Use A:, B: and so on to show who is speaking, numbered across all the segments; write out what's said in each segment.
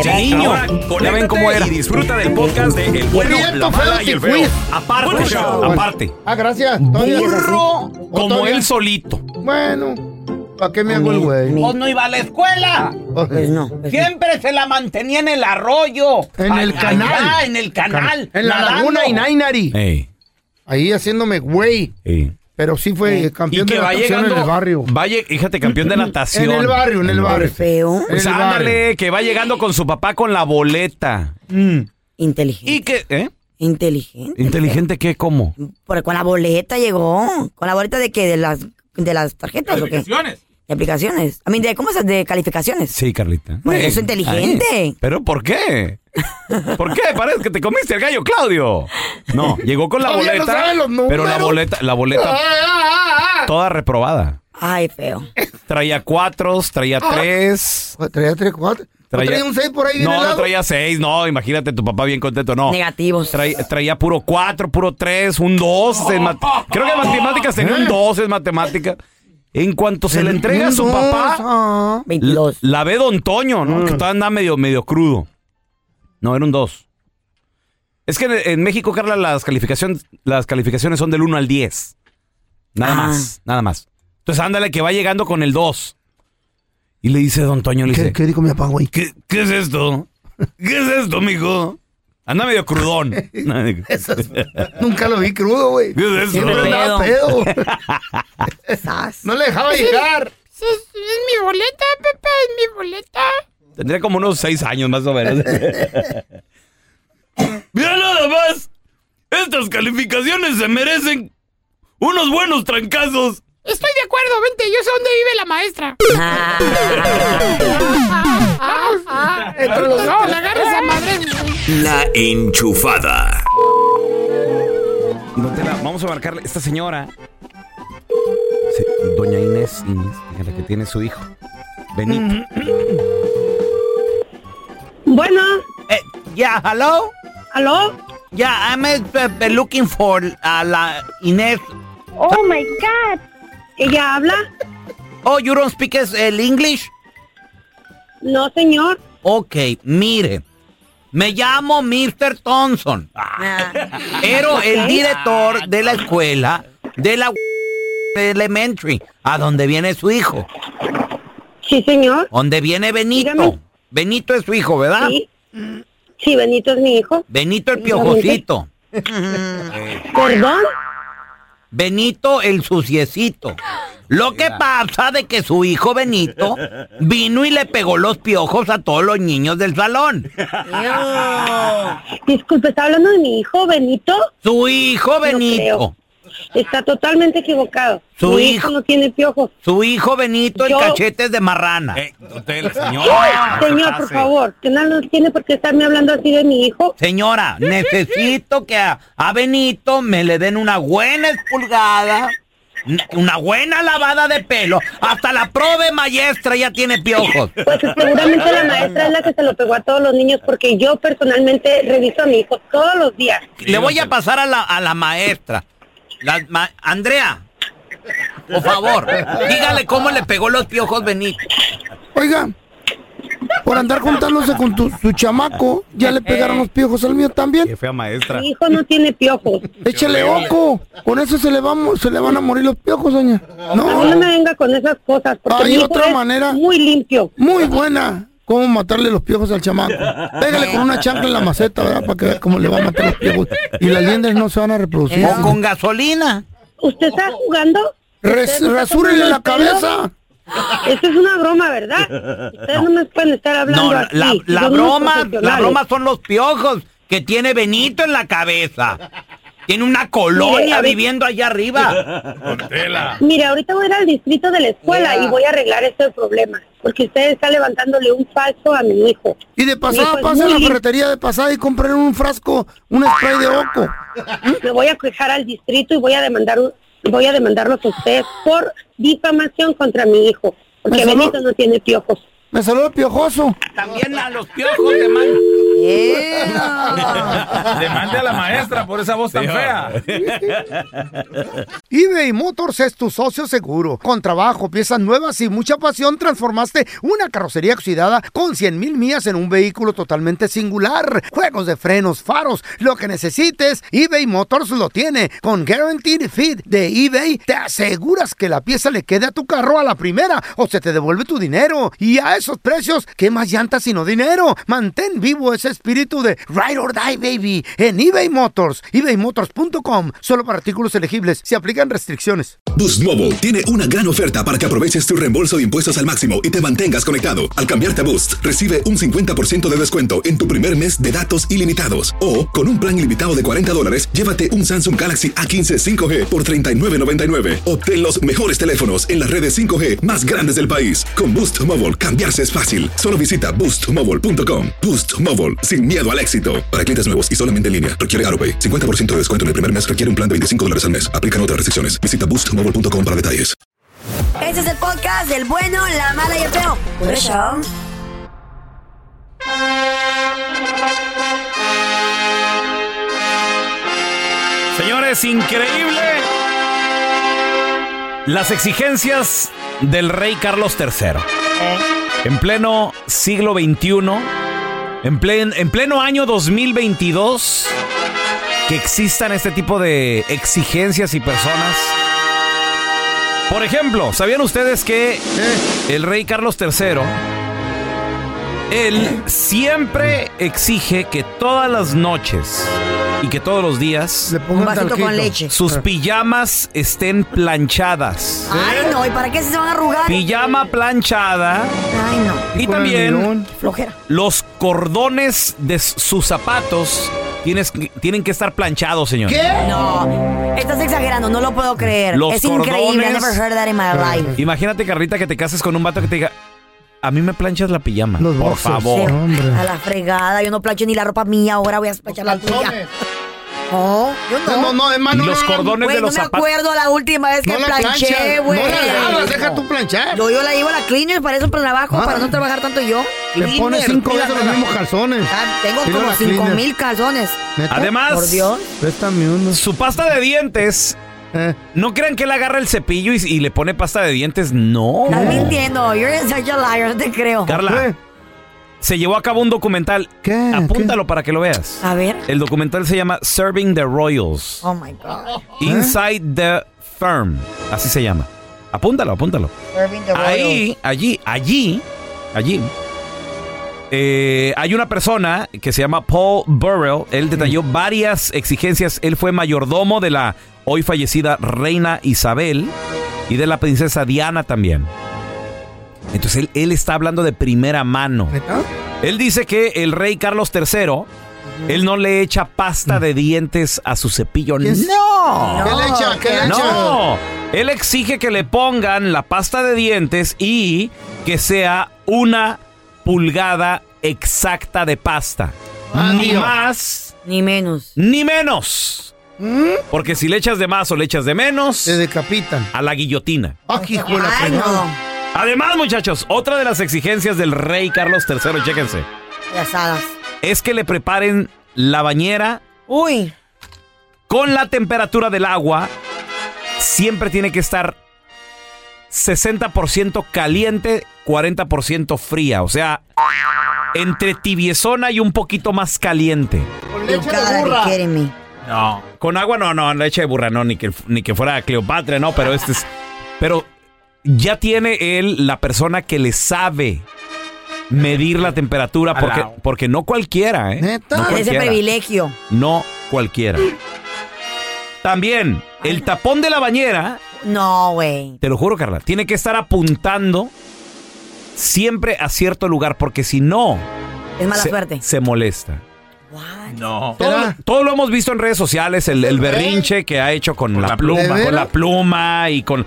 A: Sí, ahora
B: Ya ven cómo era.
A: conéctate y disfruta del podcast de El bueno,
C: Prieto,
A: la mala
C: feo,
A: y el
C: te
A: feo.
C: fuiste.
A: Aparte,
C: Bueno,
A: show,
C: bueno.
A: aparte.
C: Ah, gracias. Todavía es así.
B: Burro
C: ¿O
B: como
C: todavía?
B: él solito.
C: Bueno, ¿para qué me hago el güey?
B: Pues no iba a la escuela.
D: Pues no. pues no.
B: Siempre se la mantenía en el arroyo.
C: En el
B: Allá,
C: canal.
B: en el canal.
C: En la
B: nadando.
C: laguna y Nainari. Ahí haciéndome güey. Pero sí fue
B: Y
C: campeón
B: que
C: de
B: va
C: natación
B: llegando.
C: en el barrio.
B: Va lle- fíjate, campeón de natación.
C: En el barrio, en el barrio.
D: Feo,
B: Pues
C: En el
B: ándale, que va llegando con su papá con la boleta.
C: Mm.
D: inteligente.
B: Y que, ¿eh?
D: Inteligente.
B: Inteligente, ¿qué? ¿Cómo?
D: Porque con la boleta llegó. ¿Con la boleta de qué? ¿De las, de las tarjetas o qué? De aplicaciones. A mí, ¿de cómo se ¿De calificaciones?
B: Sí, Carlita.
D: Bueno, eso es
B: Eh,
D: inteligente.
B: ahí. ¿Pero por qué? ¿Por qué? Parece que te comiste el gallo, Claudio. No, llegó con la
C: Todavía no
B: boleta.
C: sabe los números. Ah.
B: pero la boleta, la
A: Ah,
B: boleta toda reprobada.
D: Ay, feo.
B: Traía cuatro, traía tres.
C: Ah. Traía tres, cuatro. ¿No
B: Traía,
C: traía un seis por ahí bien
B: No, no
C: helado?
B: traía seis. No, imagínate tu papá bien contento. No.
D: Negativos.
B: Traía, traía puro cuatro, puro tres, un dos. en mat- Creo que en matemáticas tenía un dos en matemáticas. En cuanto se le entrega a su
C: Dos,
B: papá,
C: ah.
D: 22.
B: la ve Don Toño,
C: Mm.
B: ¿no? Que todavía anda medio, medio crudo. No, era un dos. Es que en, en México, Carla, las calificaciones, las calificaciones son del 1 al 10. Nada
D: Ah.
B: más, nada más. Entonces ándale que va llegando con el 2. Y le dice Don Toño, le
C: ¿Qué,
B: dice,
C: ¿Qué dijo mi papá, güey?
B: ¿Qué, qué es esto? ¿Qué es esto, mijo? Anda medio crudón. ¿Qué es
C: Eso es- Nunca lo vi crudo, güey.
B: esto?
C: Siempre andaba pedo.
D: Sas.
C: No le dejaba llegar.
B: Tendría como unos seis años más o menos. Mira nada más. Estas calificaciones se merecen unos buenos trancazos.
E: Estoy de acuerdo, vente, yo sé dónde vive la maestra.
B: Ah,
E: Ah,
C: Entre los
E: No, la agarres a madre.
F: La enchufada.
B: vamos a marcarle. Esta señora. Sí, Doña Inés, Inés, fíjate que tiene su hijo. Benito.
G: Bueno,
B: Eh, yeah, hello?
G: ¿aló?
B: Yeah, I'm uh, looking for uh, la Inés.
G: Oh my God. ¿Ella habla?
B: Oh, you don't speak es- el English?
G: No, señor.
B: Ok, mire. Me llamo Mr. Thompson. Ah. Pero el director de la escuela de la elementary, a donde viene su hijo,
G: Sí, señor.
B: donde viene Benito.
G: Dígame.
B: Benito es su hijo,
C: ¿Ah?
B: ¿verdad?
G: Sí. Sí, Benito es mi hijo.
B: Benito el piojocito.
G: Perdón.
B: Benito el suciecito. Lo que pasa de que su hijo Benito vino y le pegó los piojos a todos los niños del salón.
G: Disculpe, ¿está hablando de mi hijo Benito?
B: Su hijo Benito.
G: Está totalmente equivocado.
B: Su
G: Mi
B: hijo.
G: no tiene piojos.
B: Su hijo Benito, el
G: Yo-
B: cachetes de marrana.
G: Ay, señor, por favor, que no no tiene por qué estarme hablando así de mi hijo.
B: Señora, necesito que a, a Benito me le den una buena expulgada, n- una buena lavada de pelo. Hasta la prove maestra ya tiene piojos.
G: Pues seguramente la maestra es la que se lo pegó a todos los niños porque yo personalmente reviso a mi hijo todos los días.
B: Le voy a pasar a la, a la maestra. La ma- Andrea, por favor, dígale cómo le pegó los piojos Benito.
C: Oiga, por andar juntándose con tu, su chamaco, ya le pegaron los piojos al mío también.
A: Eh. fea maestra.
G: Mi hijo no tiene piojos.
C: Échele oco, con eso se le, va, a mo- se le van a morir los piojos, doña.
G: A mí no
C: No,
G: me venga con esas cosas porque
C: Hay
G: mi hijo
C: otra
G: es
C: manera.
G: muy limpio.
C: muy buena. ¿Cómo matarle los piojos al chamaco? Pégale con una chancla en la maceta, ¿verdad? Para que vea cómo le va a matar los piojos. Y las liendres no se van a reproducir.
B: O con gasolina.
G: ¿Usted está jugando?
C: Res,
G: ¿Usted me está
C: rasúrenle la
G: tomando el pelo?
C: cabeza.
G: Esto es una broma, ¿verdad? Ustedes Ah, no, me pueden estar hablando
B: No, la,
G: así.
B: la- la
G: Son unos
B: broma, la
G: profesionales.
B: broma son los piojos que tiene Benito en la cabeza. Tiene una
G: Mire,
B: colonia
G: a ver.
B: viviendo allá arriba.
G: Mira, ahorita voy a ir al distrito de la escuela y voy a arreglar este problema. Porque usted está levantándole un falso a mi hijo. pues,
C: Y
G: Mi
C: de
G: hijo
C: pasada
G: es
C: pasa a
G: muy
C: la
G: limpio.
C: ferretería de pasada y compren un frasco, un spray de oco.
G: ¿Mm? Me voy a quejar al distrito y voy a demandar un- voy a demandarlos a ustedes por difamación contra mi hijo. Porque
C: Eso no-
G: Benito no tiene piojos.
C: Me salió el piojoso.
B: También a los piojos de man-
A: Demande a la maestra por esa voz tan fea.
C: eBay Motors es tu socio seguro. Con trabajo, piezas nuevas y mucha pasión, transformaste una carrocería oxidada con 100 mil millas en un vehículo totalmente singular. Juegos de frenos, faros, lo que necesites, eBay Motors lo tiene. Con Guaranteed Fit de eBay, te aseguras que la pieza le quede a tu carro a la primera o se te devuelve tu dinero. Y a esos precios, ¿qué más llantas sino dinero? Mantén vivo ese espíritu de Ride or Die, baby, en eBay Motors. ebaymotors.com, solo para artículos elegibles, se aplican restricciones.
H: Boost Mobile tiene una gran oferta para que aproveches tu reembolso de impuestos al máximo y te mantengas conectado. Al cambiarte a Boost, recibe un 50% de descuento en tu primer mes de datos ilimitados. O, con un plan ilimitado de 40 dólares, llévate un Samsung Galaxy A15 5G por $39.99. Obtén los mejores teléfonos en las redes 5G más grandes del país. Con Boost Mobile, cambiarse es fácil. Solo visita boostmobile.com. Boost Mobile, sin miedo al éxito. Para clientes nuevos y solamente en línea, requiere AroPay. 50% de descuento en el primer mes requiere un plan de 25 dólares al mes. Aplican otras restricciones. Visita boostmobile.com para detalles.
D: Este es el podcast del bueno, la mala y el feo. Por eso.
A: Señores, increíble. Las exigencias del rey Carlos III. En pleno siglo XXI, en, plen- en pleno año 2022, que existan este tipo de exigencias y personas. Por ejemplo, ¿sabían ustedes que el rey Carlos III, él siempre exige que todas las noches y que todos los días
C: Le pongo
D: Un vasito con leche.
A: sus pijamas estén planchadas.
C: ¿Eh?
D: Ay, no, ¿y para qué se van a arrugar?
A: Pijama planchada
D: Ay, no.
A: y también
D: Qué flojera.
A: los cordones de s- sus zapatos tienes que- tienen que estar planchados, señor.
D: No, estás exagerando, no lo puedo creer.
A: Los
D: es increíble, I
A: cordones.
D: never heard that in my life.
A: Imagínate, Carrita, que te cases con un vato que te diga, a mí me planchas la pijama,
C: Los
A: por
C: boxers.
A: favor.
C: Sí. hombre.
D: A la fregada, yo no plancho ni la ropa mía, ahora voy a planchar la tuya. No, Oh, yo no.
C: No, no,
A: Y
C: hermano. no,
A: los
C: no, no,
A: cordones
D: Güey,
A: de
D: no
A: los
D: me
A: zapatos.
D: acuerdo la última vez que
C: No la
D: planché,
C: planchas,
D: güey.
C: no la lavas, deja tú planchar.
D: Yo, yo la llevo a la cleaner, para eso trabajo,
C: Ah.
D: para no trabajar tanto yo.
C: Le
D: Cleaner,
C: pones cinco veces los
D: mira,
C: mismos calzones.
D: ah, Tengo
C: Sí, no,
D: como
C: la
D: cinco
C: cleaner.
D: mil calzones.
C: ¿Neta?
A: Además,
D: Por Dios.
C: Préstame uno.
A: su pasta de dientes,
C: Eh,
A: no crean que él agarra el cepillo y, y le pone pasta de dientes, no.
D: Estás
C: ¿Eh?
D: mintiendo, you're such a liar, no te creo.
A: Carla,
C: ¿qué?
A: se llevó a cabo un documental.
C: ¿Qué?
A: Apúntalo para que lo veas.
D: A ver.
A: El documental se llama Serving the Royals.
D: Oh my God.
C: ¿Eh?
A: Inside the Firm. Así se llama. Apúntalo, apúntalo. Ahí, allí, allí, allí. eh, hay una persona que se llama Paul Burrell. Él detalló varias exigencias. Él fue mayordomo de la hoy fallecida reina Isabel. y de la princesa Diana también. Entonces él, él está hablando de primera mano. Él dice que el rey Carlos III, él no le echa pasta de dientes a su cepillo.
C: ¿Quién-
A: No.
C: ¿Qué le echa? ¿Qué le echa?
A: No. Él exige que le pongan la pasta de dientes y que sea una pulgada exacta de pasta.
C: Ah,
A: ni más,
D: Ni menos.
A: ni menos. Porque si le echas de más o le echas de menos,
C: Te decapitan.
A: a la guillotina.
C: Ah, hijo de la
D: Ay,
C: fregada.
D: no.
A: Además, muchachos, otra de las exigencias del rey Carlos III, chéquense,
D: De asadas.
A: es que le preparen la bañera
D: Uy.
A: con la temperatura del agua. Siempre tiene que estar 60% caliente, 40% fría. O sea, entre tibiezona y un poquito más caliente.
C: Con
D: You
C: leche de
D: gotta
C: burra.
D: be kidding me.
A: No. Con agua no, no, leche de burra, no, ni que, ni que fuera Cleopatra, no, pero este es. Pero ya tiene él la persona que le sabe medir la temperatura, porque, porque no cualquiera, ¿eh?
C: ¿Neta?
A: No
D: En ese
A: cualquiera.
D: privilegio.
A: No cualquiera. También, el tapón de la bañera,
D: No, güey.
A: te lo juro, Carla, tiene que estar apuntando siempre a cierto lugar, porque si no,
D: Es mala
A: se-
D: suerte.
A: se molesta.
D: What?
A: Todo,
C: ¿Será?
A: todo lo hemos visto en redes sociales, el, el berrinche que ha hecho con, la,
C: la pluma. ¿Eh?
A: pluma,
C: ¿De
A: con la
C: veras?
A: pluma y con...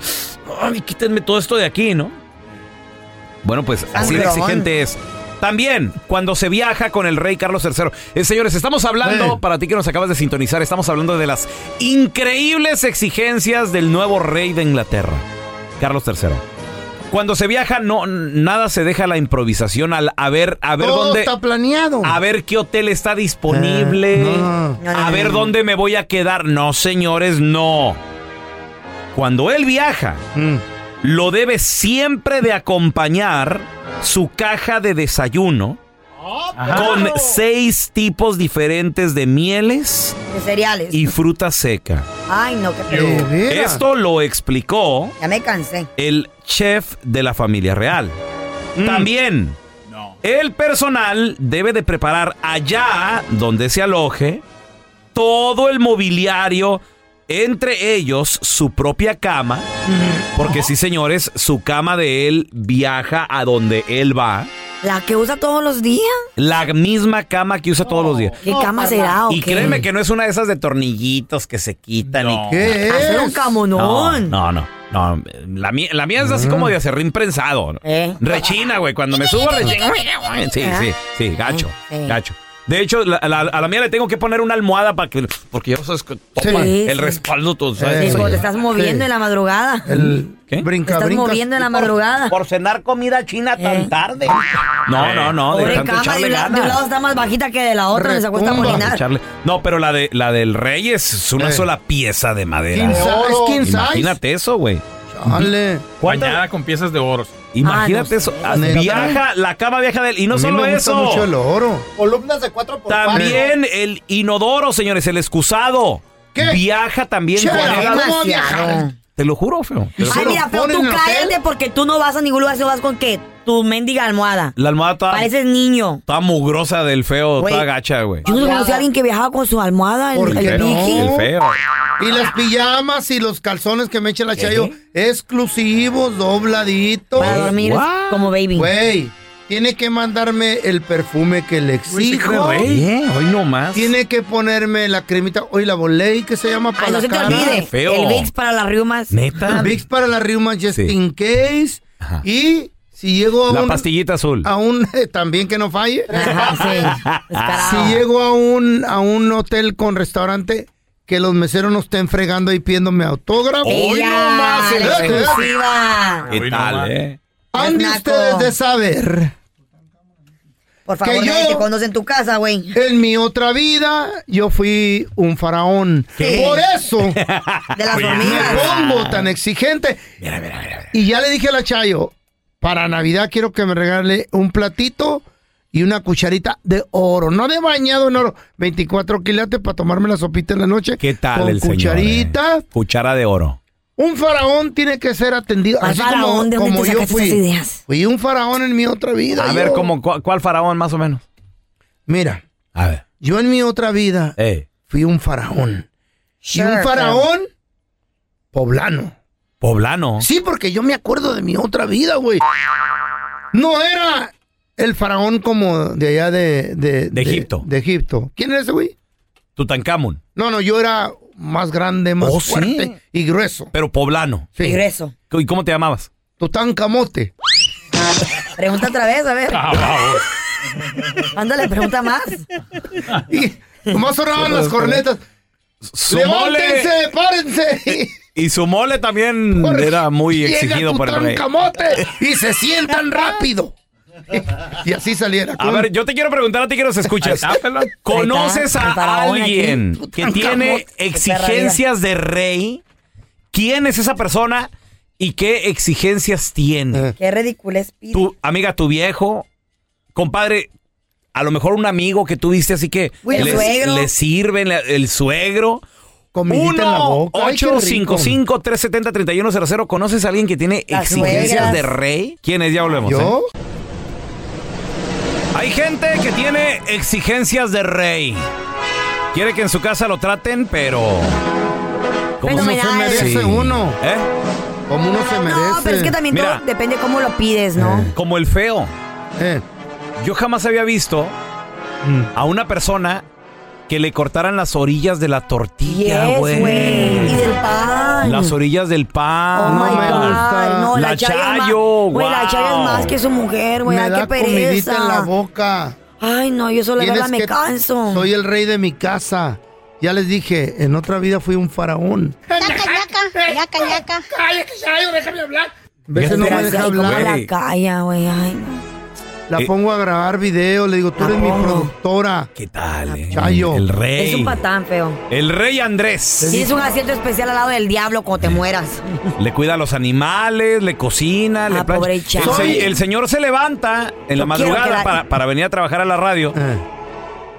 A: Ay, quítenme todo esto de aquí, ¿no? Bueno, pues así de
C: Sangrón.
A: exigente es. También, cuando se viaja con el rey Carlos III. Eh, señores, estamos hablando,
C: Eh.
A: para ti que nos acabas de sintonizar, estamos hablando de las increíbles exigencias del nuevo rey de Inglaterra, Carlos III. Cuando se viaja, no, nada se deja a la improvisación al a ver, a ver
C: Todo
A: dónde
C: está planeado.
A: a ver qué hotel está disponible,
C: Eh, no.
D: No, no,
A: a
D: no,
A: ver
D: no, no.
A: dónde me voy a quedar. No, señores, no. Cuando él viaja,
C: Mm.
A: lo debe siempre de acompañar su caja de desayuno con seis tipos diferentes de mieles
D: De cereales.
A: y fruta seca.
D: Ay, no, qué
C: ¿De
D: pedo.
C: veras?
A: Esto lo explicó
D: Ya me cansé.
A: el chef de la familia real. También, el personal debe de preparar allá donde se aloje todo el mobiliario, entre ellos su propia cama, porque sí, señores, su cama de él viaja a donde él va,
D: La que usa todos los días.
A: la misma cama que usa todos los días.
D: ¿Qué cama será o
A: Y
D: qué?
A: créeme que no es una de esas de tornillitos que se quitan y
C: ¿Qué
D: Hacer un
C: es?
A: no,
D: camonón.
A: no, no. no. La, mía, la mía es así como de acerrín prensado.
D: ¿Eh?
A: Rechina, güey. Cuando me subo, rechina. Sí, sí, sí. Gacho,
D: Ah, Sí.
A: gacho. De hecho, la- la- a la mía le tengo que poner una almohada para que... Porque ya sabes que toma
D: Sí,
A: el
D: sí.
A: respaldo. Tú,
D: Sí,
A: ¿sabes?
C: Eh.
D: cuando te estás moviendo
C: Sí.
D: en la madrugada.
C: El
A: ¿Qué?
D: Te
C: brinca,
D: estás
C: brinca.
D: moviendo en la madrugada.
B: Por cenar comida china
D: Eh. Ah,
B: tan tarde.
A: No, no, no. De
D: Pobre
A: tanto
D: cama, de,
A: echarle
D: un la- de un
A: ganas.
D: lado está más bajita que de la otra, donde se acuesta a
C: Pues Retumba.
D: molinar.
A: Echarle- No, pero la, de, la del rey es una
C: Eh.
A: sola pieza de madera.
C: King size,
A: Oro.
C: king size.
A: Imagínate eso, güey.
C: Chale.
A: Bañada
B: con piezas de oro.
A: Imagínate
D: Ah, no
A: eso.
D: sé.
A: Ah,
C: Neta.
A: Viaja, la cama viaja de él. Y no
C: A mí
A: solo
C: me gusta
A: eso.
C: mucho el oro.
I: Columnas de 4 por
A: También el inodoro, señores, el excusado.
C: ¿Qué?
A: Viaja también.
C: Che,
A: con él.
C: ¿cómo va a
D: Demasiado.
C: viajar?
A: Te lo juro, feo. Te lo
D: Ay,
A: juro.
D: mira, pero
C: ponen
D: tú
C: en el hotel?
D: cállate porque tú no vas a ningún lugar si no vas con qué? Tu mendiga almohada.
A: La almohada toda,
D: Pareces niño.
A: toda mugrosa del
C: Oh,
A: feo,
D: Güey.
A: toda gacha, güey.
D: Yo no conocí a alguien que viajaba con su almohada,
C: ¿Por
D: el,
C: qué
D: el
C: no?
D: Mickey.
A: El feo.
C: Y las pijamas y los calzones que me echa la Chayo, exclusivos, dobladitos.
D: ¿Eh? Para dormir
A: What?
D: como baby.
C: Güey, tiene que mandarme el perfume que le exijo.
A: Oye, hoy no más.
C: Tiene que ponerme la cremita, hoy la volé que se llama para
D: Ay, no
C: la
D: se te
C: cara.
D: olvide.
A: feo.
D: El Vicks para las riumas.
A: Neta.
C: Vicks para la riuma just
A: Sí.
C: in case.
A: Ajá.
C: Y si llego a
A: La
C: un
A: pastillita azul.
C: a un también que no falle.
D: Ajá, sí.
C: Si
D: Descarado.
C: llego a un a un hotel con restaurante que los meseros no estén fregando ahí pidiéndome autógrafo.
A: Hoy
D: Ella,
A: no más, ¿eh? el
D: la
C: feo.
D: exclusiva.
A: ¿Qué tal, eh?
C: Han de
D: Naco.
C: ustedes de saber.
D: Por favor,
C: Que yo-
D: nadie te conoce en tu casa, güey.
C: En mi otra vida yo fui un faraón. Por eso
D: De las
C: me
D: hormigas.
C: pongo tan exigente. Y ya le dije a la Chayo, para Navidad quiero que me regale un platito y una cucharita de oro, no de bañado en oro, 24 quilates para tomarme la sopita en la noche.
A: ¿Qué tal
C: con
A: el señor,
C: cucharita.
A: eh? Cuchara de oro.
C: Un faraón tiene que ser atendido.
D: ¿Cuál
C: así
D: faraón?
C: como,
D: ¿De dónde
C: como
D: te
C: yo
D: sacaste
C: fui.
D: esas ideas?
C: Fui Pues, un faraón en mi otra vida.
A: A
C: yo.
A: ver, ¿cómo, cu- ¿cuál faraón más o menos?
C: Mira,
A: A ver.
C: yo en mi otra vida
A: Eh.
C: fui un faraón. y
D: Sure,
C: un faraón poblano.
A: Poblano.
C: Sí, porque yo me acuerdo de mi otra vida, güey. No era el faraón como de allá de... De, de-
A: Egipto.
C: De, Egipto. ¿Quién era ese güey?
A: Tutankamón.
C: No, no, yo era más grande, más
A: Oh, sí.
C: fuerte y grueso.
A: Pero poblano.
C: Sí.
D: Regreso.
A: ¿Y cómo te llamabas?
C: Tutankamote.
D: Pregunta otra vez, a ver. Ándale, pregunta más.
C: Y nomás sonaban las cornetas. ¡Levántense, párense!
A: Y su mole también
C: Porque
A: era muy
C: llega
A: exigido por el rey.
C: Tutankamote y se sientan rápido. Y así saliera.
A: A ver, yo te quiero preguntar a ti que nos escuchas. ¿Conoces
D: Ahí está,
A: a
D: el faraón
A: alguien
D: aquí.
A: que tiene
D: Tutankamón, qué
A: exigencias de rey? ¿Quién es esa persona y qué exigencias
C: Eh.
A: tiene?
D: Qué ridiculez pide.
A: Tu amiga, tu viejo, compadre, a lo mejor un amigo que tuviste así que
D: Güey, el
A: les,
D: suegro.
A: les sirven la- el suegro.
C: Comidita en la boca. Ay, qué rico.
A: 1-855-370-3100. ¿Conoces a alguien que tiene
D: Las
A: exigencias
D: suegras.
A: de rey? ¿Quién es? Ya volvemos. ¿eh?
C: ¿Yo?
A: Hay gente que tiene exigencias de rey. Quiere que en su casa lo traten, pero... ¿Cómo
D: Fenomenal.
C: se merece uno?
A: ¿Eh?
C: Como uno se merece.
D: No, pero es que también
A: Mira.
D: todo depende cómo lo pides, ¿no?
A: Como el feo.
C: Eh,
A: Yo jamás había visto a una persona que le cortaran las orillas de la tortilla,
D: Yes,
A: güey.
D: güey. Y del pan.
A: Las orillas del
D: Oh
A: pan.
D: my
C: me gusta.
D: God. No, la,
A: La
D: Chayo es más-
A: Chayo,
D: Güey, la Chayo
A: wow.
D: es más que su mujer, güey.
C: me
D: Ay,
C: da
D: qué
C: comidita en la
D: pereza.
C: boca.
D: Ay, no, yo solo de
C: Tienes
D: verla me
C: que-
D: canso.
C: Soy el rey de mi casa. Ya les dije, en otra vida fui un faraón.
E: Yaca, yaca, yaca, yaca. Cállate, Chayo, déjame hablar.
C: ¿Ves?
A: Fíjate,
C: No me
A: fíjate,
C: deja
D: Desgraciada, y cómo
C: hablar.
D: la calla, güey. Ay, no.
C: La
A: Eh.
C: pongo a grabar video. Le digo, tú
D: La
C: eres mi
D: pongo.
C: productora.
A: ¿Qué tal? eh?
C: Chayo.
A: El rey.
D: Es un patán, feo.
A: El rey Andrés.
D: Tienes un asiento especial al lado del diablo cuando te mueras.
A: Le cuida a los animales, le cocina, le
D: Ah,
A: plancha.
D: pobre
A: el,
D: chavo.
A: se- el señor se levanta en la
D: Yo quiero
A: madrugada
D: quedar-
A: para, para venir a trabajar a la radio
C: Eh,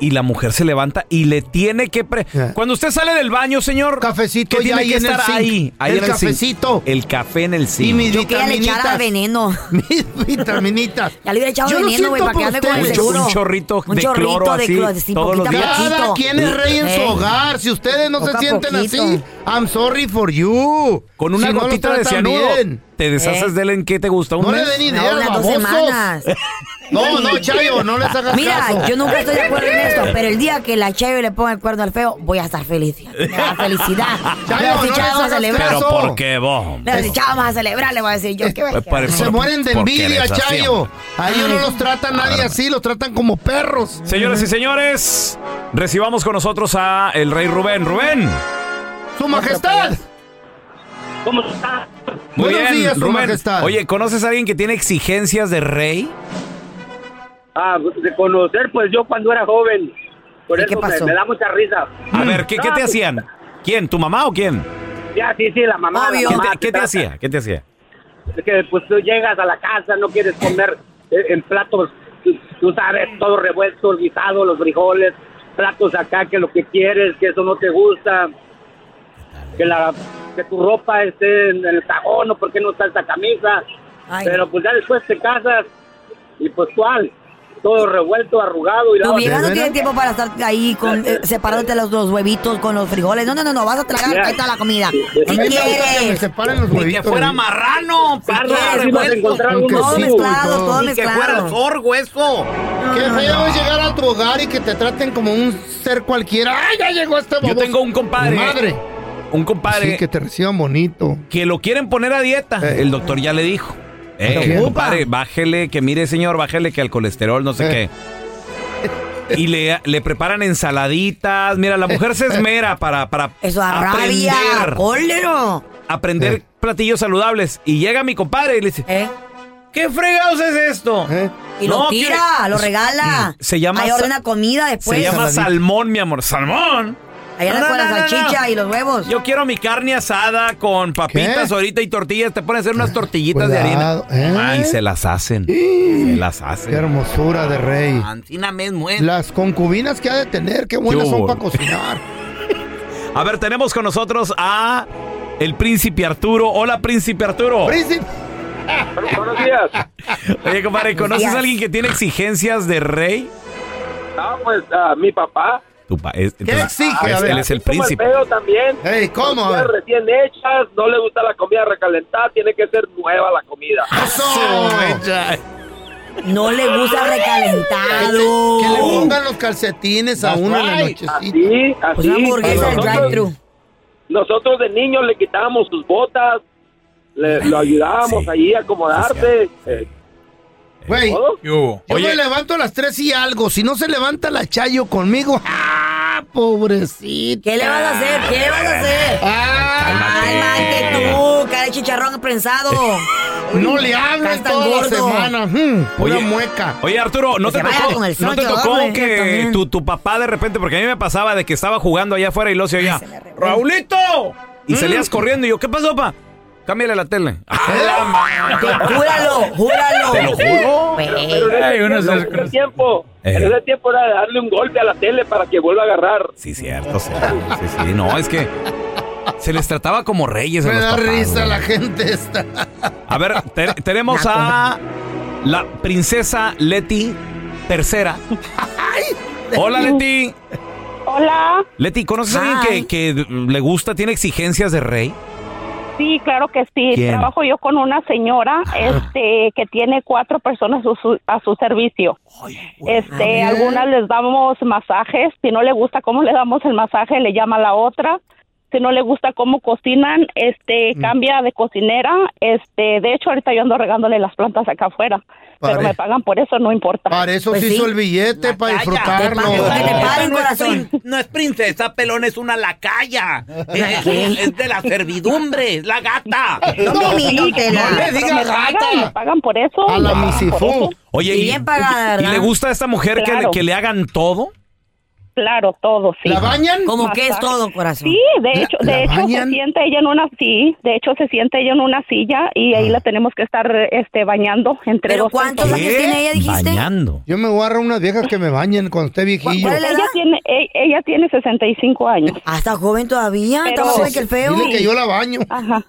A: y la mujer se levanta y le tiene que... pre-
C: Eh.
A: Cuando usted sale del baño, señor...
C: Cafecito
A: ¿qué
C: ya
A: tiene
C: ahí
A: que
C: en el
A: estar
C: zinc?
A: ahí, ahí
C: El
A: en el zinc?
C: cafecito.
A: El café en el
C: Y
A: zinc.
C: mis
D: Yo que ella le echara
C: vitaminitas.
D: veneno.
C: Mis vitaminitas.
D: Ya le hubiera echado
C: Yo lo
D: veneno, güey,
C: siento
D: para
C: por
D: quedarme con el
C: ustedes.
D: seguro.
A: Un chorrito
D: Un
A: de
D: chorrito
A: cloro
D: de
A: así,
D: cloro, así,
A: todos los
D: poquito a
A: días.
D: poquito.
C: Cada quien es rey en su
D: Ey.
C: hogar. Si ustedes no
D: Poco
C: se
D: a
C: sienten
D: poquito.
C: así, I'm sorry for you.
A: Con una
C: Si no lo
A: gotita de
C: tratan
A: cianuro,
C: bien.
A: te deshaces
D: Eh.
A: de él en qué te gusta. ¿Un
C: No le
A: mes?
C: den
D: No,
C: ideas,
D: unas dos
C: babosos.
D: semanas.
C: No, no, Chayo, no les hagas caso.
D: Mira, yo nunca estoy de acuerdo en esto, pero el día que la Chayo le ponga el cuerno al feo, voy a estar feliz. fíjate. Me da felicidad.
C: Chayo,
D: Me va a
C: no
D: decir,
C: le
D: "Chao, vamos a
C: hagas
D: celebrar.
A: Pero
C: caso.
A: ¿por qué vos?
D: Le voy a decir, "Chao, vamos a celebrar, le voy a decir yo. ¿Qué ves?
A: Pues parece-
C: Se
A: Por-
C: mueren de
A: porque
C: envidia,
A: eres así,
C: Chayo.
A: hombre.
C: A ellos no los trata nadie así, los tratan como perros.
A: Señoras y señores, recibamos con nosotros a el rey Rubén. Rubén.
C: ¡Su majestad!
G: ¿Cómo está?
A: Muy
C: Buenos
A: bien,
C: días, su
A: Rubén.
C: majestad.
A: Oye, ¿conoces a alguien que tiene exigencias de rey?
G: Ah, de conocer, pues yo cuando era joven. Por
D: ¿Y qué
G: eso me-
D: pasó?
G: Me, da mucha risa.
A: A
C: Mm.
A: ver, ¿qué, qué te
J: Ah,
G: No, pues,
A: hacían? ¿Quién? ¿Tu mamá o quién?
G: Ya, sí, sí, la mamá.
D: Obvio.
G: la
A: ¿Qué
G: mamá
A: te, qué te
G: trata.
A: hacía? ¿Qué te hacía?
G: que pues tú llegas a la casa, no quieres comer eh, en platos, tú- tú sabes, todo revuelto, el guisado, los frijoles, platos acá, que lo que quieres, que eso no te gusta, que la que tu ropa esté en el cajón, o por qué no está esta camisa,
D: Ay.
G: pero pues ya después te casas y pues cuál, todo revuelto, arrugado y la
D: Tu vieja no
C: ¿De
D: tiene
C: veras?
D: tiempo para estar ahí con, eh, separándote los, los huevitos con los frijoles. No, no, no, no, vas a tragar,
G: Ya.
D: ahí está la comida.
C: A
D: Si
C: mí me gusta que me
D: quieres.
C: separen los huevitos.
A: marrano,
G: parra, si vas a encontrar
C: Aunque
G: uno.
D: Todo
C: sí,
D: mezclado,
C: todo.
D: todo mezclado.
A: sorgo eso.
C: Qué feo es llegar a tu hogar y que te traten como un ser cualquiera. ¡Ay, ya llegó este baboso!
A: Yo tengo un compadre.
C: Madre.
A: Un compadre
C: Sí, que te reciban bonito.
A: que lo quieren poner a dieta.
C: Eh.
A: El doctor ya le dijo. Eh,
C: Ocupa.
A: compadre, bájele, que mire, señor, bájele que al colesterol, no sé
C: Eh.
A: qué. Y le, le preparan ensaladitas. Mira, la mujer se esmera para, para
D: Eso da rabia, cólero.
A: aprender
C: Eh.
A: platillos saludables. Y llega mi compadre y le dice,
D: ¿Eh?
A: ¿qué fregados es esto?
C: ¿eh?
D: Y
A: No,
D: lo tira,
A: que-
D: lo regala.
A: Se llama
D: Ahí
A: sa-
D: ordena comida
A: Se
D: después.
A: llama
C: saladita.
A: salmón, mi amor. ¡Salmón!
D: Ahí anda
A: No,
D: con
A: no,
D: la
A: no, no,
D: salchicha
A: no.
D: y los huevos.
A: Yo quiero mi carne asada con papitas
C: ¿Qué?
A: ahorita y tortillas. Te ponen a hacer unas tortillitas
C: Cuidado,
A: de harina.
C: ¿eh?
A: Ah, Y se las hacen. Se las
C: Qué
A: hacen.
C: hermosura de rey.
A: Antina mes muerto.
C: Las concubinas que ha de tener, qué buenas
A: Yo
C: son
A: voy.
C: para cocinar.
A: A ver, tenemos con nosotros a el príncipe Arturo. Hola, príncipe Arturo.
C: Príncipe.
G: Buenos días.
A: Oye, compadre, ¿conoces
D: Yes.
A: a alguien que tiene exigencias de rey?
G: Ah, pues ah, mi papá,
A: Tu pa- es- entonces,
C: exige?
A: es-
C: A ver.
A: él es el
C: Así como el
A: príncipe.
G: Pero también,
C: Ey, ¿cómo?
G: las
C: A
G: comidas
C: ver.
G: recién hechas, no le gusta la comida recalentada, tiene que ser nueva la comida.
D: No le gusta recalentado.
C: Que le pongan los calcetines a uno en la nochecita.
G: Sí, así.
D: Pues una hamburguesa
G: para
D: del
G: nosotros-
D: drive-thru.
G: Nosotros de niños le quitábamos sus botas, le, lo ayudábamos
A: Sí.
G: ahí a acomodarse. eh,
C: Güey,
G: todo.
C: yo me levanto a las tres y algo. Si no se levanta la Chayo conmigo, ¡ah, pobrecita!
D: ¿Qué le vas a hacer? ¿Qué le
A: Ah.
D: vas a hacer? Cálmate tú, cara de chicharrón prensado.
C: No le hablen
D: Estás tan
C: toda la
D: gordo.
C: semana. Hmm, pura mueca.
A: Oye, Arturo, ¿no
D: Que
A: te
D: se vaya
A: tocó,
D: con el
A: ¿no
D: son
A: te
D: que
A: tocó
D: doble, yo
A: que
D: también.
A: tu, tu papá de repente, porque a mí me pasaba de que estaba jugando allá afuera y lo se oía, ¡Raulito!
C: Mm.
A: Y salías corriendo y yo, ¿qué pasó, pa? Cámbiale la tele. Ah,
D: Júralo, júralo.
A: Te lo juro.
G: Pero en ese, tiempo- en ese tiempo, en
A: Eh.
G: ese tiempo era de darle un golpe a la tele para que vuelva a agarrar.
A: Sí, cierto, sí, sí, sí. No, es que se les trataba como reyes a
C: Me
A: los
C: da
A: papás,
C: risa
A: güey.
C: la gente esta.
A: A ver, te- tenemos a la princesa Leti tercera. Hola, Leti.
I: Hola,
A: Leti, ¿conoces a alguien
D: Hi.
A: que, que le gusta, tiene exigencias de rey?
I: sí, claro que sí.
A: ¿Quién?
I: Trabajo yo con una señora
C: Ah.
I: este, que tiene cuatro personas a su, a su servicio. Este, algunas les damos masajes. Si no le gusta cómo le damos el masaje, le llama a la otra. Si no le gusta cómo cocinan,
C: Mm.
I: este, cambia de cocinera. Este, de hecho, ahorita yo ando regándole las plantas acá afuera. Pero
C: Pare-
I: me pagan por eso, no importa.
C: Para eso
D: Pues
C: se
D: sí.
C: hizo el billete, para disfrutarlo.
D: Ah, Te pago, que te pago.
B: Esa no, es
D: corazón.
B: prin- no es princesa, pelón, es una lacaya. Es, es de la servidumbre, es la gata.
D: No me
I: Sí,
D: imito,
I: pero
D: Tela.
C: le digas
I: me pagan,
C: gata.
I: me pagan por eso.
C: A la
I: me pagan por eso.
C: misifú.
A: Oye,
D: Y bien pagada,
A: y le
D: ¿verdad?
A: gusta a esta mujer que le-
I: Claro.
A: que, le hagan todo?
I: Claro, todo, sí.
C: ¿La bañan?
D: Como que es
I: Masaje.
D: todo, corazón.
I: Sí, de hecho,
C: la
I: de hecho se
C: bañan?
I: siente ella en una sí, de hecho se siente ella en una silla y
C: Ah.
I: ahí la tenemos que estar este bañando entre
D: ¿Pero
I: dos.
D: cuántos
I: personas.
D: años tiene ella, dijiste?
A: Bañando.
C: Yo me voy a agarrar unas viejas que me bañen cuando esté viejillo.
D: ¿Cuál es la edad?
I: Ella tiene e- ella tiene 65 años.
D: Ah, está joven todavía, está
I: Pero-
D: más joven que el feo.
C: Dile que yo la baño.
I: Ajá.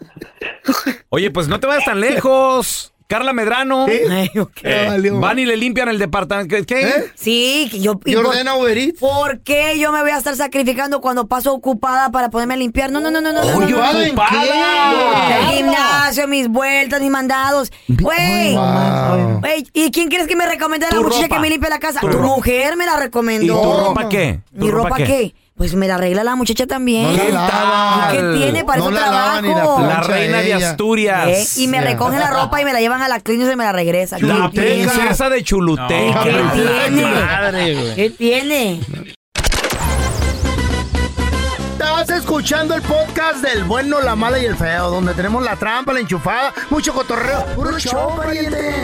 A: Oye, pues no te vayas tan lejos. Carla Medrano. Eh,
D: Ay, ok.
C: Ya valió.
A: Van y le limpian el departamento. ¿Qué?
C: ¿Eh?
D: Sí, que yo...
C: ¿Y
D: por-
C: ordena Uber Eats?
D: ¿Por qué yo me voy a estar sacrificando cuando paso ocupada para ponerme a limpiar? No, no, no, no, no. no, no, no.
C: ¿Ocupada en
D: El
C: qué?
D: gimnasio, mis vueltas, mis mandados. Güey.
C: Wow.
D: Güey, ¿y quién crees que me recomienda la
A: Tu
D: muchacha
A: ropa.
D: que me limpie la casa?
A: Tu
D: Tu,
A: ropa.
D: mujer me la
A: ¿Y
D: recomendó.
A: tu
C: No,
A: ropa
C: ma.
A: qué? ¿Tu
D: ¿Mi ropa qué? Pues me la arregla la muchacha
C: No
D: también.
C: la lava.
D: ¿Qué tiene para
C: No
D: eso
C: la lava
D: trabajo?
C: ni la
A: La
C: Concha
A: reina de
C: ella.
A: Asturias.
D: ¿Eh? Y me
C: Ya.
D: recogen la ropa y me la llevan a la clínica y me la regresa. ¿Qué
A: La
D: tiene?
A: princesa de Chuluteca.
D: ¿Qué
C: No,
D: tiene?
C: madre, güey.
D: ¿Qué tiene?
C: Estás escuchando el podcast del bueno, la mala y el feo, donde tenemos la trampa, la enchufada, mucho cotorreo. ¡Puro show, pariente!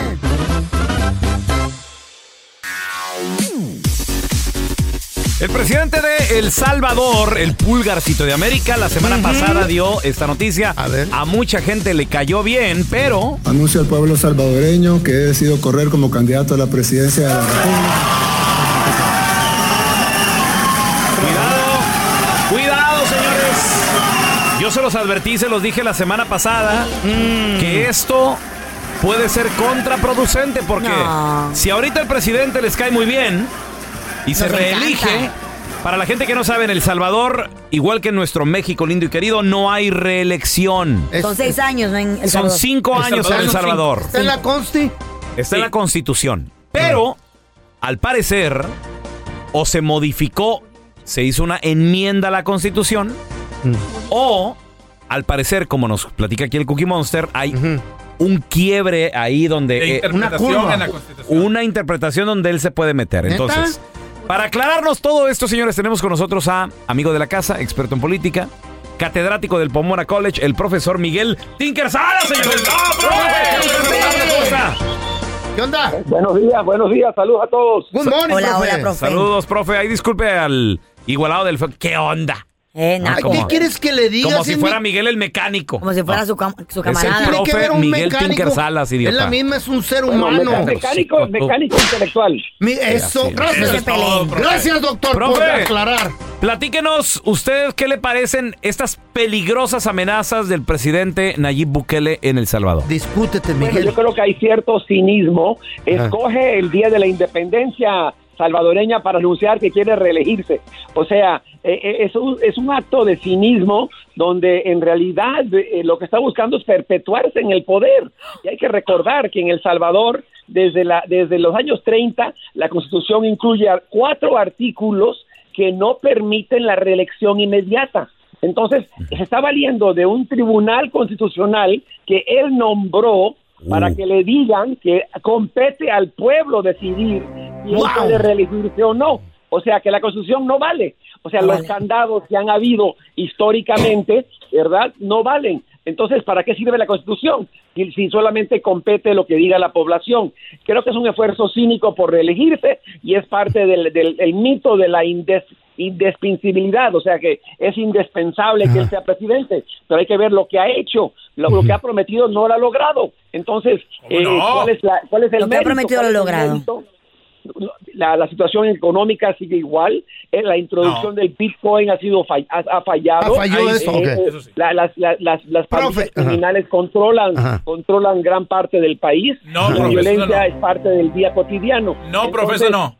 A: El presidente de El Salvador, el pulgarcito de América, la semana pasada dio esta noticia.
C: A ver.
A: mucha gente le cayó bien, pero
K: Anuncio al pueblo salvadoreño que he decidido correr como candidato a la presidencia de la República.
A: cuidado, cuidado, señores. Yo se los advertí, se los dije la semana pasada,
D: Mm.
A: que esto puede ser contraproducente porque
D: No.
A: si ahorita el presidente les cae muy bien y se
D: Nos
A: reelige,
D: encanta.
A: para la gente que no sabe, en El Salvador, igual que en nuestro México lindo y querido, no hay reelección.
C: Es-
D: Son seis años, ¿no? En El
A: Son
D: Salvador.
A: cinco años en El Salvador.
C: ¿Está en la consti?
A: Está en la Constitución. Pero, al parecer, o se modificó, se hizo una enmienda a la Constitución, o, al parecer, como nos platica aquí el Cookie Monster, hay un quiebre ahí donde... eh,
C: Una curva.
A: una interpretación donde él se puede meter.
C: ¿Neta?
A: Entonces, para aclararnos todo esto, señores, tenemos con nosotros a amigo de la casa, experto en política, catedrático del Pomona College, el profesor Miguel Tinker Sara, señores. ¡No, profe! ¿Cómo está?
C: ¿Qué onda?
G: Buenos días, buenos días, saludos a todos.
C: Good morning,
D: Hola,
C: profe.
D: hola, profe.
A: Saludos, Eh, profe. Ahí disculpe al igualado del... fe- ¿Qué onda?
D: Eh, no,
A: Ah,
C: Ay, ¿Qué
A: ¿cómo?
C: quieres que le diga?
A: Como
C: Es
A: si
C: mi-
A: fuera Miguel el mecánico.
D: como si fuera su, cam- su
A: el
D: camarada.
A: pro-
C: Tiene que
A: profe
C: ver un
A: Miguel
C: mecánico.
A: Tinker Salas,
C: Es la
A: idiota.
C: misma, es un ser
G: Bueno,
C: humano.
G: meca- mecánico, mecánico intelectual.
C: Mi- eso,
A: sí.
C: gracias.
D: Eso es todo,
A: profe.
C: gracias, doctor, por
A: Profe.
C: aclarar.
A: Platíquenos ustedes qué le parecen estas peligrosas amenazas del presidente Nayib Bukele en El Salvador.
C: Discútete,
G: Bueno,
C: Miguel.
A: Ah.
G: yo creo que hay cierto cinismo. Escoge el día de la independencia
J: salvadoreña para anunciar que quiere reelegirse. O sea, eh, eh, es, un, es un acto de cinismo donde en realidad eh, lo que está buscando es perpetuarse en el poder. Y hay que recordar que en El Salvador, desde, la, desde los años 30, la Constitución incluye a- cuatro artículos que no permiten la reelección inmediata. Entonces, se está valiendo de un tribunal constitucional que él nombró para que le digan que compete al pueblo decidir si él puede reelegirse o no. O sea, que la constitución no vale. O sea, los candados que han habido históricamente, ¿verdad? No valen. Entonces, ¿para qué sirve la Constitución? Si, si solamente compete lo que diga la población. Creo que es un esfuerzo cínico por reelegirse y es parte del, del- el mito de la indes- indispensabilidad, o sea que es indispensable que él sea presidente, pero hay que ver lo que ha hecho, lo, lo que ha prometido no lo ha logrado. Entonces, eh,
D: no?
J: ¿cuál, es la- cuál es el
D: Lo que ha
J: mérito?
D: prometido
J: ¿Cuál
D: lo ha
J: es el
D: logrado.
J: mérito? la, la situación económica sigue igual, eh, la introducción del Bitcoin ha sido fall- ha, ha fallado, Eh,
C: Ha fallado eso, ok. Eso
J: la- las, la- las, las pandillas criminales controlan
C: Ajá.
J: controlan gran parte del país,
C: No,
J: la
C: profesor,
J: violencia
C: no.
J: es parte del día cotidiano.
A: No, profesor, no.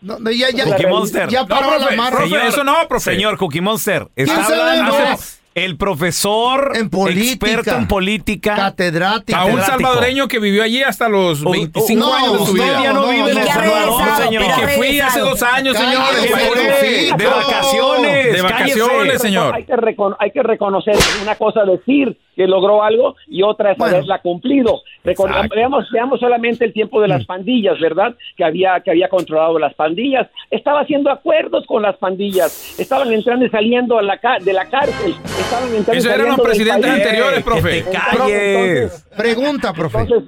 C: No, no, ya, ya,
A: Cookie
C: ya,
A: Monster.
C: ya paró la marra.
A: Señor, Señor Cookie Monster, está
C: sabe
A: hablando
C: más?
A: el profesor
C: En política.
A: experto en política.
C: Catedrático.
L: A un
A: Catedrático.
L: salvadoreño que vivió allí hasta los 25
A: no,
L: años de su
A: usted
L: vida.
A: ya no No, vive en no, El
L: Y que ha
A: Salvador,
L: regresado,
A: señor.
L: Y
A: Pero
L: que
A: ha
L: fui hace
A: regresado.
L: dos años, señor.
A: Cállese,
L: que fue.
A: pobrecito.
L: De vacaciones. De
J: Cállese.
L: vacaciones,
J: Hay
L: señor.
J: que, recono- hay que reconocer una cosa es decir que logró algo y otra es haberla cumplido. Recor-
L: Exacto. Mm.
J: Veamos, veamos solamente el tiempo de las pandillas, ¿verdad? Que había, que había controlado las pandillas. Estaba haciendo acuerdos con las pandillas. Estaban entrando y saliendo a la ca- de la cárcel. Estaban entrando y
L: Eso eran los
J: saliendo del
L: presidentes
J: país. Eh,
L: anteriores, profe.
C: Pregunta, profe.
J: Entonces,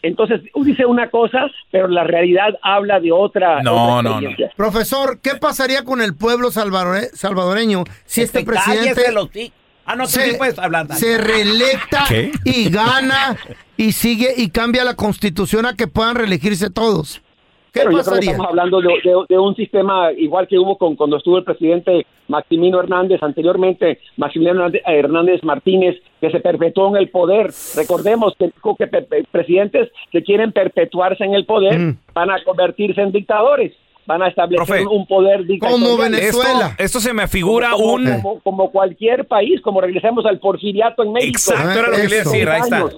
J: entonces, dice una cosa, pero la realidad habla de otra.
L: No,
J: otra
L: no, no.
J: experiencia.
C: Profesor, ¿qué pasaría con el pueblo salvadore- salvadoreño si este presidente
B: Cállese el hocico. Ah, no, tú sí puedes hablar. dale.
C: se reelecta
B: ¿Qué?
C: y gana y sigue y cambia la constitución a que puedan reelegirse todos? ¿Qué
J: Pero yo creo que
C: pasaría?
J: estamos hablando de, de- de un sistema igual que hubo con cuando estuvo el presidente Maximino Hernández anteriormente, Maximiliano Hernández- eh, Hernández Martínez, que se perpetuó en el poder. Recordemos que, que pe- pe- presidentes que quieren perpetuarse en el poder van a convertirse en dictadores, van a establecer
A: Mm. Profe.
J: un poder dictatorial.
A: Esto, esto se me figura
J: Como-
A: un...
J: como, como cualquier país, como regresemos al porfiriato en México.
A: Exacto, era lo que le iba a
J: Eso.
A: decir, ahí está.
J: Años.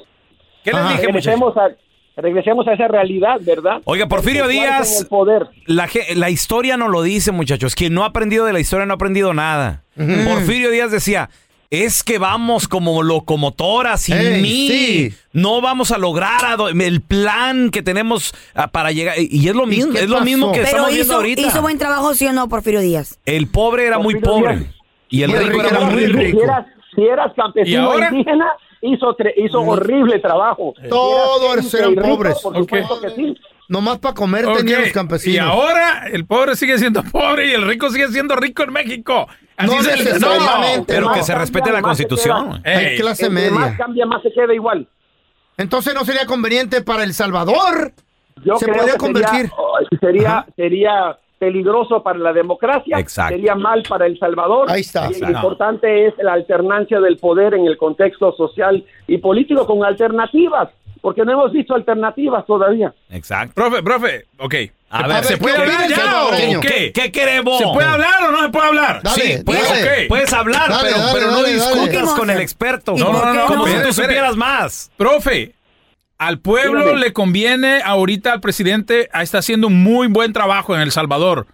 A: ¿Qué les dije,
J: regresemos a, regresemos a esa realidad, ¿verdad?
A: Oiga, Porfirio
J: Perpetuarse
A: Díaz-
J: en el poder.
A: La, ge- la historia no lo dice, muchachos. Quien no ha aprendido de la historia no ha aprendido nada. Porfirio Díaz decía, es que vamos como locomotoras sin
C: Ey,
A: mí.
C: sí.
A: No vamos a lograr a do- el plan que tenemos ah, para llegar. Y- Y es lo mismo,
D: qué
A: es lo mismo
D: pasó?
A: que
D: Pero
A: estamos viendo
D: hizo,
A: ahorita.
D: hizo buen trabajo, ¿sí o no, Porfirio Díaz?
A: El pobre era muy
J: Porfirio
A: pobre. Y el
J: Si
A: rico era
J: eras-
A: muy
J: si
A: rico.
J: eras- Si eras
A: ¿Y
J: campesino
A: ahora?
J: indígena, hizo, tre- hizo horrible trabajo.
B: Eh.
J: Si eras
C: Todos
J: gente
C: eran
J: y rico,
C: pobres.
J: Por supuesto que sí.
C: Nomás para comer
L: Ok,
C: tenían los campesinos.
L: Y ahora el pobre sigue siendo pobre y el rico sigue siendo rico en México. Así
C: No
L: se-
C: necesariamente, Pero
L: no.
A: Pero
C: que
A: que
C: más
A: se respete la
J: además se
A: constitución.
L: queda-
A: Ey.
C: Hay clase
J: Entre más
C: media.
J: cambia, más se queda igual.
C: Entonces no sería conveniente para El Salvador.
J: Yo
C: se podría
J: creo que sería-
C: convertir.
J: oh, Sería, sería, peligroso para la democracia,
A: Exacto.
J: sería mal para El Salvador.
C: Ahí está.
J: Y
C: Exacto.
J: Lo importante es la alternancia del poder en el contexto social y político con alternativas, porque no hemos visto alternativas todavía.
A: Exacto.
L: Profe, profe, ok.
A: A ver,
L: ¿se
C: ¿qué
L: puede
C: opina
L: hablar
C: el
L: ya
C: salvadoreño?
L: o
A: ¿Qué,
L: qué?
A: qué queremos?
L: ¿Se puede hablar o no se puede hablar?
C: Dale,
A: Sí, puedes,
C: dale.
L: ok.
A: puedes hablar,
C: Dale,
A: pero,
C: dale,
A: pero no
C: dale, dale.
A: discutas
D: Vamos
A: con
D: a-
A: el experto.
D: ¿Y No, por no, qué no, no?
A: Como si tú
L: espere, espere.
A: supieras más.
L: Profe, al pueblo
J: Dígame.
L: le conviene ahorita al presidente, ah, está haciendo un muy buen trabajo en El Salvador.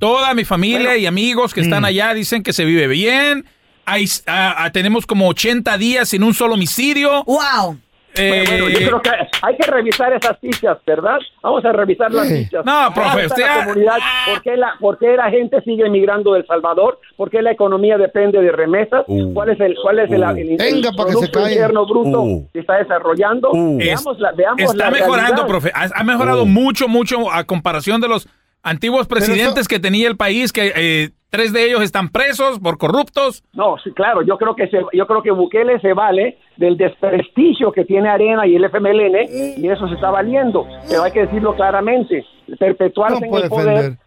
L: Toda mi familia y amigos que
C: Mm.
L: están allá dicen que se vive bien. Hay- ah, ah, tenemos como 80 días sin un solo homicidio.
D: ¡Wow!
L: Eh,
J: Bueno, yo creo que hay que revisar esas fichas, ¿verdad? Vamos a revisar las fichas.
L: No, profe,
J: Hasta
L: usted ha-
J: la
L: Ah.
J: comunidad, ¿por, qué la, por qué la gente sigue emigrando del Salvador? ¿Por qué la economía depende de remesas?
C: Uh.
J: ¿Cuál es el, cuál es el, el- el
C: Venga, para que se
J: producto
C: calle. Uh.
J: interno bruto que está desarrollando?
L: Es-
J: Veamos la, veamos
L: está
J: la
L: mejorando,
J: realidad.
L: profe. Ha, ha
A: Oh.
L: mejorado mucho, mucho a comparación de los antiguos presidentes que tenía el país, que eh, tres de ellos están presos por corruptos.
J: No, sí, claro, yo creo que se- yo creo que Bukele se vale del desprestigio que tiene Arena y el FMLN y eso se está valiendo, pero hay que decirlo claramente, perpetuarse
C: No
J: en
C: puede
J: el poder,
C: defender.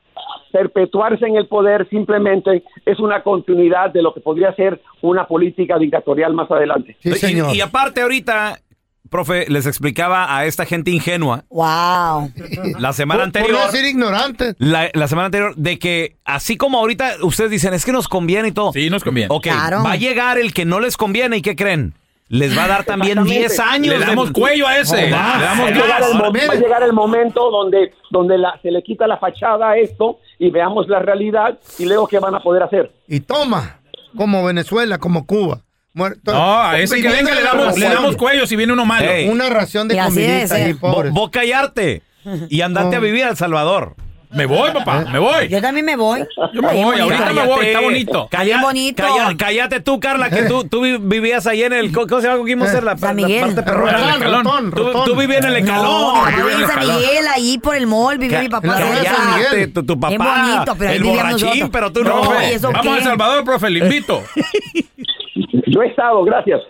J: perpetuarse en el poder simplemente es una continuidad de lo que podría ser una política dictatorial más adelante.
C: Sí,
A: Y-
C: señor.
A: Y, aparte ahorita, profe, les explicaba a esta gente ingenua
D: Wow.
A: la semana anterior.
C: Podría ser ignorante.
A: La, la semana anterior, de que así como ahorita ustedes dicen, es que nos conviene y todo. Sí,
L: nos conviene.
A: Ok,
L: Claro.
A: va a llegar el que no les conviene y ¿qué creen? Les va a dar también
J: Exactamente.
A: 10 años.
L: Le damos cuello a ese.
A: más.
L: Le damos
J: Va a llegar el mom- va a llegar el momento donde, donde la- se le quita la fachada a esto y veamos la realidad y luego qué van a poder hacer.
C: Y toma, como Venezuela, como Cuba. Muerto.
L: No, a ese que
C: Viviendo
L: venga le
C: la
L: damos, le
C: ración.
L: damos cuello si viene uno malo.
C: Ey. Una ración de comidita ahí,
A: Vos
C: pobre.
A: vos callarte y andate a vivir a El Salvador.
L: Me voy, papá, me voy.
D: Yo también me voy.
L: Yo me voy, ahorita me voy, está bonito.
D: Está bien bonito.
A: Calla- cállate tú, Carla, que tú, tú vi- vivías ahí en el. ¿Cómo cómo se llama? ¿Cómo se la, la
D: Miguel.
A: parte perrona?
D: Rotón,
A: El escalón.
D: rotón,
A: Tú-
D: rotón.
A: Tú, vivías en el escalón.
D: No, yo
A: Yo vivía
D: viví en San
A: escalón.
D: Miguel, ahí por el mall, vivió
A: Ca-
D: mi papá.
A: Cállate, tu, tu papá.
D: Es bonito, pero ahí
A: el
D: vivíamos
A: borrachín,
D: nosotros.
A: pero tú
D: No,
A: no.
D: ¿y eso
L: Vamos a El Salvador, profe, le invito.
J: Yo he estado, gracias.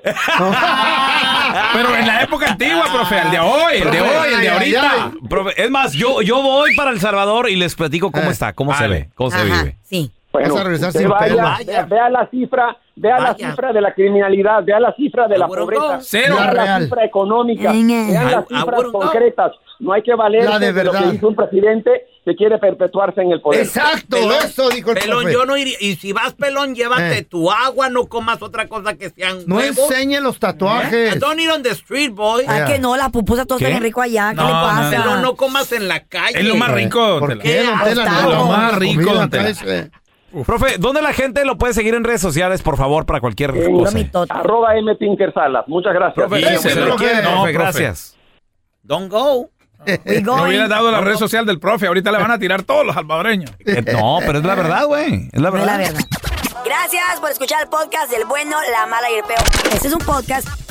L: Pero en la época antigua, profe, el de hoy, el de
A: Profe,
L: hoy, el
A: ay, ay,
L: de ahorita.
A: ay. Profe, es más, yo, yo voy para El Salvador y les platico cómo está, cómo se ve, cómo se vive.
D: Sí.
J: Bueno,
C: Vas a regresar
J: usted
C: sin
J: vaya,
C: pelo.
J: Vea, vea la cifra, vea la cifra de la criminalidad, vea la cifra de la pobreza,
L: Cero.
J: vea la
L: Real.
J: cifra económica, vean las
L: I- I
J: cifras
L: wouldn't go.
J: concretas. No hay que
C: La
J: valerse
C: de
J: de, lo que
C: verdad.
J: hizo un presidente que quiere perpetuarse en el poder.
C: Exacto, eso dijo el
B: Pelón,
C: profe.
B: yo no iría. Y si vas pelón, llévate
C: Eh.
B: tu agua, no comas otra cosa que sean
C: No
B: huevos.
C: enseñe los tatuajes.
B: Eh, Don't eat on the street, boy.
D: Ah, que no, las pupusas todas
C: ¿Qué?
D: están ricas allá. ¿Qué
L: No,
D: le pasa?
B: Pelón, no comas en la calle.
L: Es lo más rico, don
C: ¿Por
L: Tela.
C: qué, don Tela?
D: Está
C: No,
D: lo
C: no,
L: más
C: la
L: rico,
C: comida
L: don Tela.
C: trae-
A: Profe, ¿dónde la gente lo puede seguir en redes sociales, por favor, para cualquier
D: Puro
A: cosa?
D: mitote.
J: Arroba M. Tinker Salas. Muchas gracias.
L: Profe,
A: Sí,
L: ese,
A: se lo
L: profe.
A: quiere,
L: No,
A: profe,
L: profe.
A: gracias.
B: Don't go.
D: We
L: No
D: going.
L: hubiera dado la red social del profe, ahorita le van a tirar todos los salvadoreños.
A: Eh, No, pero es la verdad, güey. Es la
D: No es la
A: verdad.
D: verdad. Gracias por escuchar el podcast del bueno, la mala y el peor. Este es un podcast